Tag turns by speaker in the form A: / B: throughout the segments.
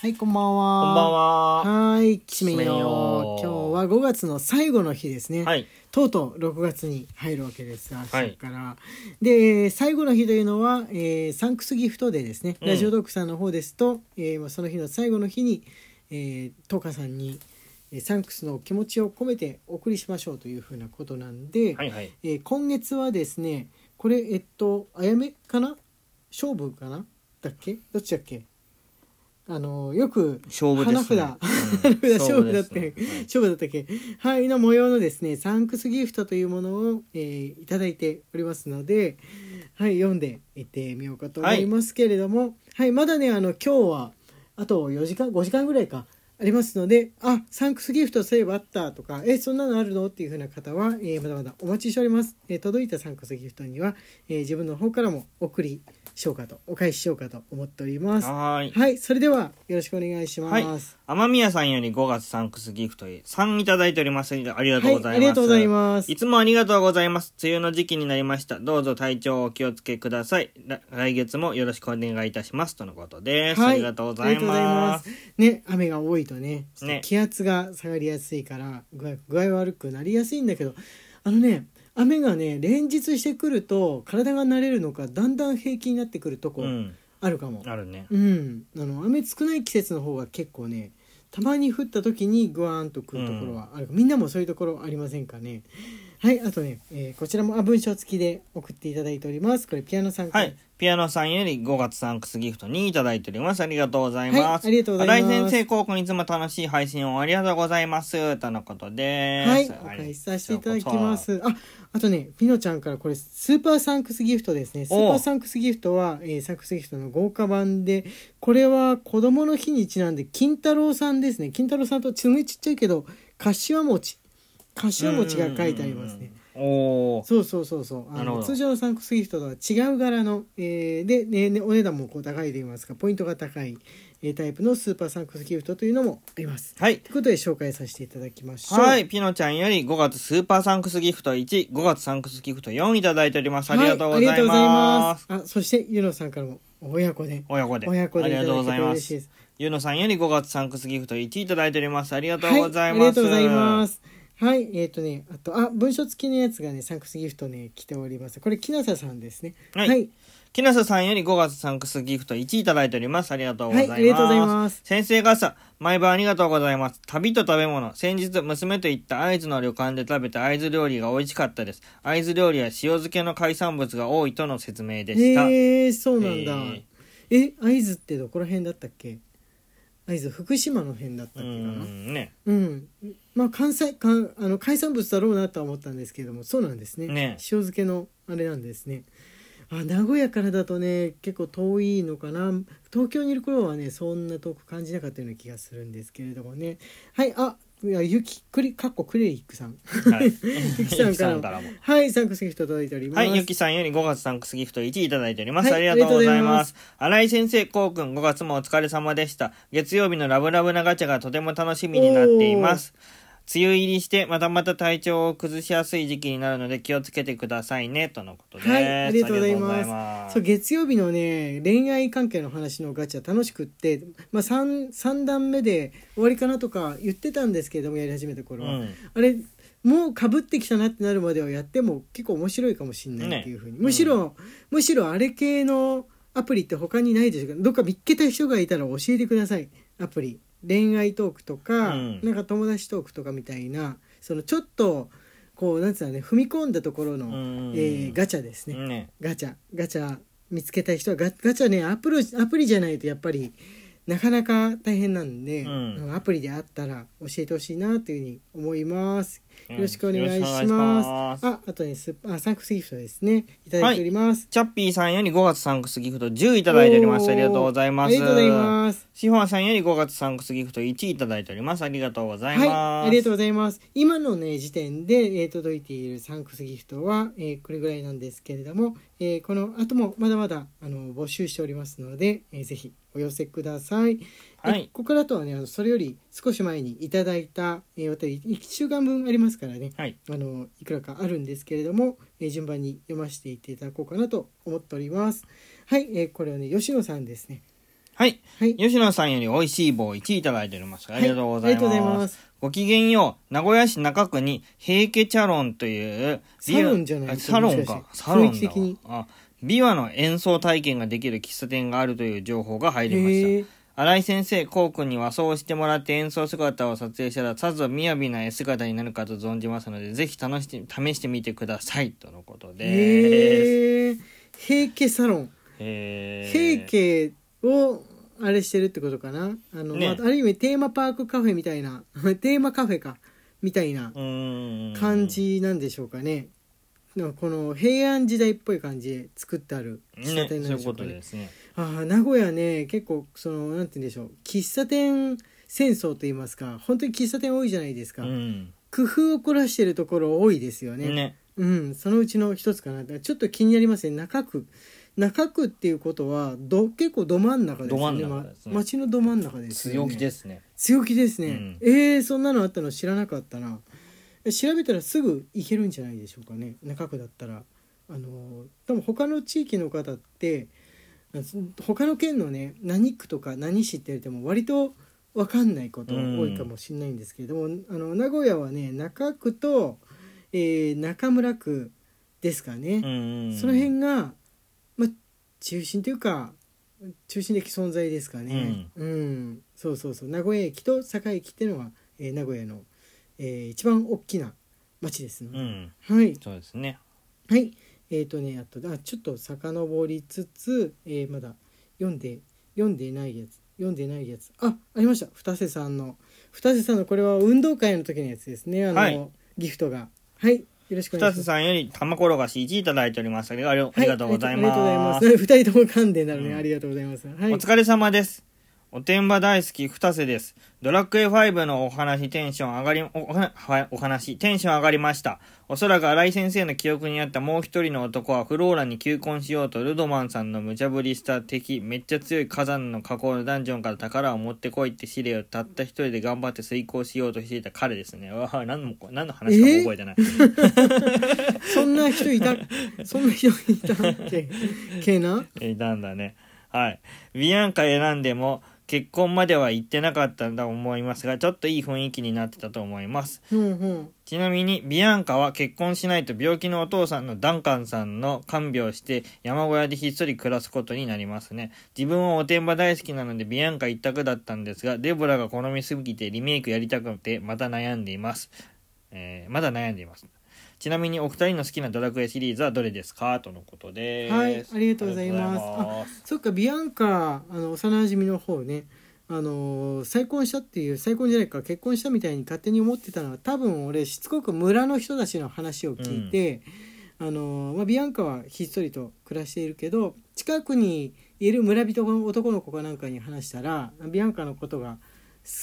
A: はい、こんばんは。
B: こんばん
A: は。
B: は。
A: はーい、きしめんよ
B: きしめんよ
A: 今日は5月の最後の日ですね。
B: はい。
A: とうとう6月に入るわけですが、
B: はい
A: そこから。で、最後の日というのは、えーサンクスギフトデーですね。
B: うん
A: ラジオドックさんの方ですと、えーその日の最後の日に、えー、トカさんに、えーサンクスの気持ちを込めてお送りしましょうというふうなことなんで、
B: はいはい。
A: えー今月はですねこれえっとあやめかな勝負かなだっけどっちだっけあのーよく
B: 勝負です、ね。
A: 花
B: 札。
A: 花札勝負だって
B: ですね
A: 勝負だったっけはいの模様のですねサンクスギフトというものを、えーいただいておりますのではい読んでいってみようかと思いますけれどもはい、まだねあの今日はあと4時間5時間ぐらいかありますのであサンクスギフトそういえばあったとかえそんなのあるのっていうふうな方は、えーまだまだお待ちしております、えー届いたサンクスギフトには、えー自分の方からもお送りしようかとお返ししようかと思っております
B: は。
A: はい
B: はい
A: い、。それではよろしくお願いします、
B: はい天宮さんより5月サンクスギフトへ3いただいております。ありがとうございます。
A: はいありがとうございます
B: いつもありがとうございます。梅雨の時期になりました。どうぞ体調をお気をつけください。ら来月もよろしくお願いいたします。とのことです。ありがとうござい
A: ありが
B: ます。
A: とうございますね、雨が多いとね、ちょっと
B: ね
A: 気圧が下がりやすいから具合具合悪くなりやすいんだけど、あのね、雨がね連日してくると体が慣れるのかだんだん平気になってくるとこ
B: うん。
A: あるかも。
B: あるね。
A: うん、あの雨少ない季節の方が結構ね、たまに降った時にグワーンとくるところはある、みんなもそういうところありませんかね。はい、あとね、えーこちらもあ文章付きで送っていただいております。これピアノさんか
B: は
A: ら
B: い。ピアノさんより5月サンクスギフトにいただいております。ありがとうございます。
A: はいありがとうございます
B: 新井先生、高校いつも楽しい配信をありがとうございます。とのことです。
A: はい、お返しさせていただきま
B: あ
A: す。あ、あとね、ピノちゃんからこれスーパーサンクスギフトですね。スーパーサンクスギフトは、えーサンクスギフトの豪華版で、これは子供の日にちなんで金太郎さんですね。金太郎さんとちめちっちゃいけど、柏餅、
B: り
A: 柏
B: がとうございます。
A: 餅が書いてありますね。
B: うんうんうん。おー。
A: そうそうそうそう。あ
B: なるほ
A: の
B: ど
A: 通常のサンクスギフトとは違う柄の、えーで、ねねお値段もこう高いと言いますか、ポイントが高い、えータイプのスーパーサンクスギフトというのもあります。
B: はい。
A: ということで紹介させていただきましょう。
B: はい。ピノちゃんより5月スーパーサンクスギフト1、5月サンクスギフト4いただいております。ありがとうございます。
A: はありがとうございますあ、そしてゆのさんからも親子で。
B: 親子で。
A: 親子で
B: ありがとうございま。
A: いただけて嬉しいです
B: ゆのさんより5月サンクスギフト1いただいております。ありがとう
A: はい
B: ござい
A: あり
B: ま
A: が
B: す。
A: とうございます。はい、えっ、とね、あと、あ、文章付きのやつがね、サンクスギフトね、来ております。これ、きなささんですね。
B: はいきなささんより5月サンクスギフト1いただいております。ありがとうございます。
A: はいありがとうございます
B: 先生がさ、毎晩ありがとうございます。旅と食べ物。先日、娘と行った会津の旅館で食べた会津料理が美味しかったです。会津料理は塩漬けの海産物が多いとの説明でした。
A: へえー、そうなんだ。
B: え
A: え、会津ってどこら辺だったっけ会津、福島の辺だったっけ
B: う
A: かな。
B: ん、ね。
A: うん、まあ関西かんあの海産物だろうなとは思ったんですけれどもそうなんですね
B: ね
A: 塩漬けのあれなんですねあ名古屋からだとね結構遠いのかな東京にいる頃はねそんな遠く感じなかったような気がするんですけれどもねはいあいやゆきくりかっこクレリックさん
B: はい。
A: ゆ
B: ゆ
A: きさんからも
B: も。
A: はいサンクスギフト届いております
B: はい、ゆきさんより5月サンクスギフト1いただいております。
A: はい
B: ありがとうございま。
A: ありがとうございます
B: 新井先生、こうくん、5月もお疲れ様でした。月曜日のラブラブなガチャがとても楽しみになっています。梅雨入りして、またまた体調を崩しやすい時期になるので気をつけてくださいね、とのことです。
A: はいありがとうございます
B: ありがとうございま
A: そう月曜日のね恋愛関係の話のガチャ楽しくって、まあ、3, 三段目で終わりかなとか言ってたんですけれどもやり始めた頃は、
B: うん
A: あれもうかぶってきたなってなるまではやっても結構面白いかもしれないっていうふうに、
B: ね
A: むしろ、むしろあれ系のアプリって他にないでしょうかどっか見っけた人がいたら教えてくださいアプリ恋愛トークとか、
B: うん
A: なんか友達トークとかみたいなそのちょっとこうなんつうのね踏み込んだところの、
B: うん
A: えーガチャですね、
B: ね。
A: ガチャガチャ見つけた人はガガチャねアプロアプリじゃないとやっぱりなかなか大変なんで、
B: うん
A: アプリであったら教えてほしいなというふうに思います。
B: うん
A: よろしくお願いします。
B: よろしくお願いします
A: あ、あとね、スーあサンクスギフトですね。いただいております。
B: チャッピーさんより5月サンクスギフト10いただいております。ありがとうございます。
A: ありがとうございます。
B: シフォンさんより5月サンクスギフト1いただいております。ありがとうございます。
A: はい、ありがとうございます。今のね時点で、えー届いているサンクスギフトは、えーこれぐらいなんですけれども、えーこの後もまだまだあの募集しておりますので、えーぜひお寄せください。
B: は
A: え
B: い
A: ここからあとはねあのそれより少し前にいただいた、えー、お便り1週間分ありますからね。
B: はい。
A: あのいくらかあるんですけれども、えー順番に読ませていっていただこうかなと思っております。はい、えーこれはね吉野さんですね。
B: はい。
A: はい。
B: 吉野さんより美味しい棒1いただいております。ありがとうございます。
A: はいありがとうございます
B: ごきげんよう。名古屋市中区に、平家茶論という、
A: サロンじゃない
B: あサロンか
A: も。しかして
B: サロンだ
A: 雰囲
B: わ
A: 気的に
B: あ、琵琶の演奏体験ができる喫茶店があるという情報が入りました。
A: へえ。
B: 新井先生、こうくんに和装をしてもらって演奏姿を撮影したら、さぞ雅な絵姿になるかと存じますので、ぜひ楽しみ試してみてください。とのことです。
A: へえ。平家サロン。
B: へ
A: 平
B: ー
A: 家をあれしてるってことかなあの、
B: ね
A: まあ、ある意味テーマパークカフェみたいな テーマカフェかみたいな
B: うーん
A: 感じなんでしょうかね、なんかこの平安時代っぽい感じで作ってある喫茶
B: ね、そう
A: 店なん
B: い
A: で
B: う
A: しょ
B: こ
A: うか
B: と
A: ね
B: ですね。
A: あー名古屋ね結構そのなんて言うんでしょう喫茶店戦争と言いますか本当に喫茶店多いじゃないです
B: う
A: か、
B: ん。
A: 工夫を凝らしてるところ多いですよね
B: ね。
A: うん、そのうちの一つかなってちょっと気になりますね中区中区っていうことはど結構ど真ん中ですよね
B: ど真ん中です
A: ま
B: ね
A: 街のど真ん中ですよ
B: 強
A: ね
B: 気ですね。
A: 強気ですね、
B: うん
A: えー、そんなのあったの知らなかったな調べたらすぐ行けるんじゃないでしょうかね中区だったらあのー多分他の地域の方ってあそ他の県のね何区とか何市って言われても割と分かんないことが多いかもしれないんですけれども、あの名古屋はね中区と、えー中村区ですかね、
B: うん。
A: その辺が、まあ、中心というか中心的存在ですかね、うんそうそうそう名古屋駅と栄駅っていうのは、えー名古屋の、えー一番大きな町ですの
B: う
A: で、
B: ん。
A: はい
B: そうですね。
A: はいえっ、とねあとあちょっと遡りつつ、えーまだ読んで読んでないやつ読んでないやつあありました二瀬さんの二瀬さんのこれは運動会の時のやつですねあの、
B: はい
A: ギフトがはいよろしくお願
B: 二
A: いします
B: つさんより玉転がし1いただいております。ありがあ
A: は
B: りがとうございます。
A: ありがとうございます。二人とも噛んでなるね、
B: うん
A: ありがとうございます。はい。
B: お疲れ様です。おてんば大好き、二瀬です。ドラクエ5のお話、テンション上がり、おははお話、テンション上がりました。おそらく新井先生の記憶にあったもう一人の男は、フローラに求婚しようと、ルドマンさんの無茶ぶりした敵、めっちゃ強い火山の火口のダンジョンから宝を持ってこいって指令をたった一人で頑張って遂行しようとしていた彼ですね。わあ、何の、何の話かも覚えてない。
A: そんな人いた、そんな人いたっけ、 けな。
B: いたんだね。はい。ビアンカ選んでも結婚までは行ってなかったんだと思いますが、ちょっといい雰囲気になってたと思います。
A: うんうん。
B: ちなみに、ビアンカは結婚しないと病気のお父さんのダンカンさんの看病をして山小屋でひっそり暮らすことになりますね。自分はおてんば大好きなのでビアンカ一択だったんですが、デボラが好みすぎてリメイクやりたくてまた悩んでいます。えーまだ悩んでいます。ちなみにお二人の好きなドラクエシリーズはどれですかとのことです。
A: はいありがとうございます
B: ありがとうございます
A: そっか、ビアンカ、あの、幼馴染の方ね。あのー再婚したっていう再婚じゃないか結婚したみたいに勝手に思ってたのは多分俺しつこく村の人たちの話を聞いて、あのーまあ、ビアンカはひっそりと暮らしているけど近くにいる村人の男の子かなんかに話したらビアンカのことが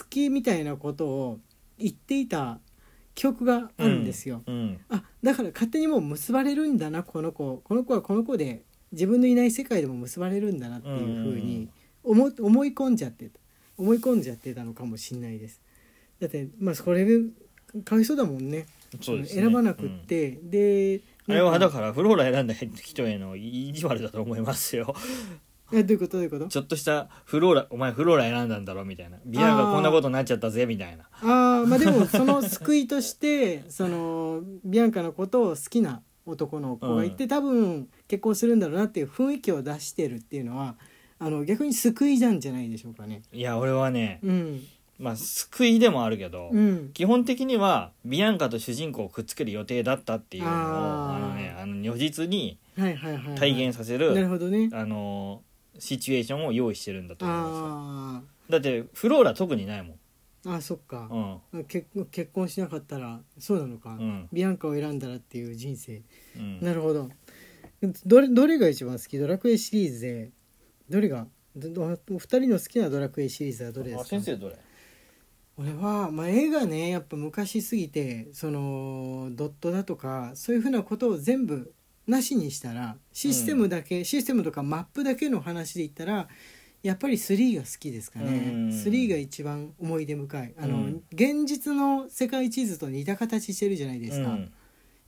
A: 好きみたいなことを言っていた記憶があるんですよ。
B: うん
A: あだから勝手にもう結ばれるんだなこの子この子はこの子で自分のいない世界でも結ばれるんだなっていうふうに思思い込んじゃってた思い込んじゃってたのかもしれないですだってまあそれかわいそうだもんね
B: そうですね
A: 選ばなくっ、て、で
B: うんあれはだ
A: か
B: からフローラ選んだ人への意地悪だと思いますよ
A: えどういうことどういうこと
B: ちょっとしたフローラお前フローラ選んだんだろみたいなビアンがこんなことになっちゃったぜみたいな
A: ああまあでもその救いとして そのビアンカのことを好きな男の子がいて、多分結婚するんだろうなっていう雰囲気を出してるっていうのはあの逆に救いなんじゃないでしょうかね。
B: いや俺はね、
A: うん、
B: まあ救いでもあるけど、
A: うん、
B: 基本的にはビアンカと主人公をくっつける予定だったっていうのを
A: あ
B: あ
A: ー
B: のねあの如実に
A: はいはいはい、はい、
B: 体現させる、
A: なるほどね
B: あのシチュエーションを用意してるんだと思いま
A: あ
B: すだってフローラ特にないもん
A: ーあーそっか、
B: うん
A: 結結婚しなかったらそうなのか、
B: うん
A: ビアンカを選んだらっていう人生、
B: うん
A: なるほどどれどれが一番好きドラクエシリーズでどれがどどお二人の好きなドラクエシリーズはどれです
B: あ
A: か
B: 先生どれ
A: 俺は、まあ、絵がねやっぱ昔すぎてそのドットだとかそういうふうなことを全部なしにしたらシステムだけ、システムとかマップだけの話で言ったらやっぱり3が好きですかね、
B: うん
A: 3が一番思い出深いあの、
B: うん
A: 現実の世界地図と似た形してるじゃないですか、
B: うん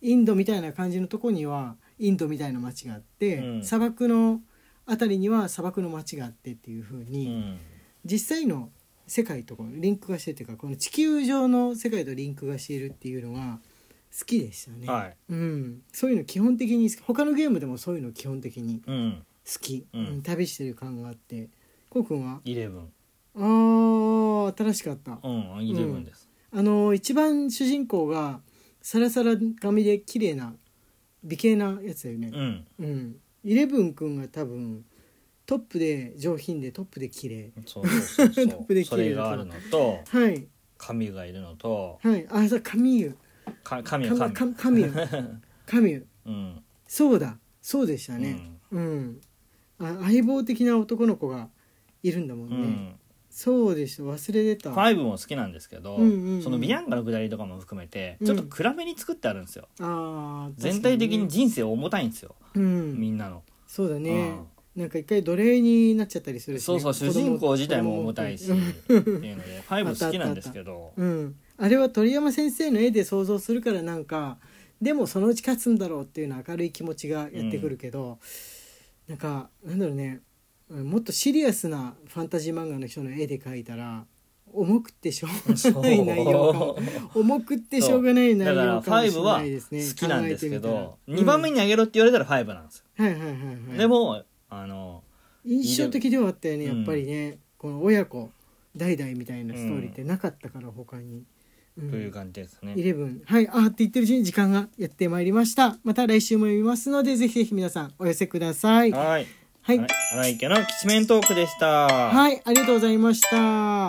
A: インドみたいな感じのとこにはインドみたいな街があって、
B: うん
A: 砂漠の辺りには砂漠の街があってっていう風
B: う
A: に、
B: ん
A: 実際の世界とこうリンクがしてっていうかこの地球上の世界とリンクがしているっていうのは好きでしたね、
B: はい
A: うん、そういうの基本的に好き他のゲームでもそういうの基本的に
B: うん
A: 好き、
B: うん
A: うん旅してる感があってこうくんは
B: イレブン
A: あー新しかった
B: うんイレブンです、
A: あの一番主人公がサラサラ髪で綺麗な美形なやつだよね
B: う、ん、
A: うん、イレブンくんが多分トップで上品でトップで綺麗
B: そうそうそう
A: トップ
B: そ
A: で綺
B: うそ
A: 麗
B: れ
A: だ
B: が
A: から
B: あるのと
A: はい
B: 神がいるのと
A: はいあそうカミュ
B: か神
A: ー
B: は
A: カ
B: 神
A: カカミ ューカミュー
B: うん
A: そうだそうでした
B: う
A: ね
B: ん
A: うん、あ相棒的な男の子がいるんだもん
B: う
A: ね、
B: ん
A: そうでした忘れてた
B: ファイブも好きなんですけど、
A: うんうんうん
B: そのビアンガのくだりとかも含めてちょっと暗めに作ってあるんですよ、
A: あー
B: 全体的に
A: 確
B: 人生重たいんですよ、
A: かにねう
B: み
A: ん、
B: んなの、
A: そうだね、なんか一回奴隷になっちゃったりするしね、
B: そうそう主
A: 子供
B: 人公自体も重たいし
A: う
B: っ
A: ん
B: ていうのでファイブ好きなんですけど
A: うん、あれは鳥山先生の絵で想像するからなんかでもそのうち勝つんだろうっていうの明るい気持ちがやってくるけど、なんかなんだろうねうんもっとシリアスなファンタジー漫画の人の絵で描いたら重くってしょうが ない内容かも
B: そう
A: 重くってしょうがない
B: だ
A: 内
B: から
A: 容
B: フ
A: かも
B: ァイ
A: し
B: ブ
A: れ
B: は
A: ないですね
B: 好きなんですけど
A: 考えてみたら
B: 2番目
A: うん
B: にあげろって言われたらファイブなんですよ、
A: はいはいはいはい
B: でもあの
A: 印象的ではあったよねや
B: うん
A: っぱりね、この親子代々みたいなストーリーってなかったから他に、うん
B: という感じですね
A: イレブンはいあーって言ってるうちに時間がやってまいりましたまた来週も読みますのでぜひぜひ皆さんお寄せくださいは
B: はい
A: い
B: 荒井家のきしめんトークでした
A: はいありがとうございました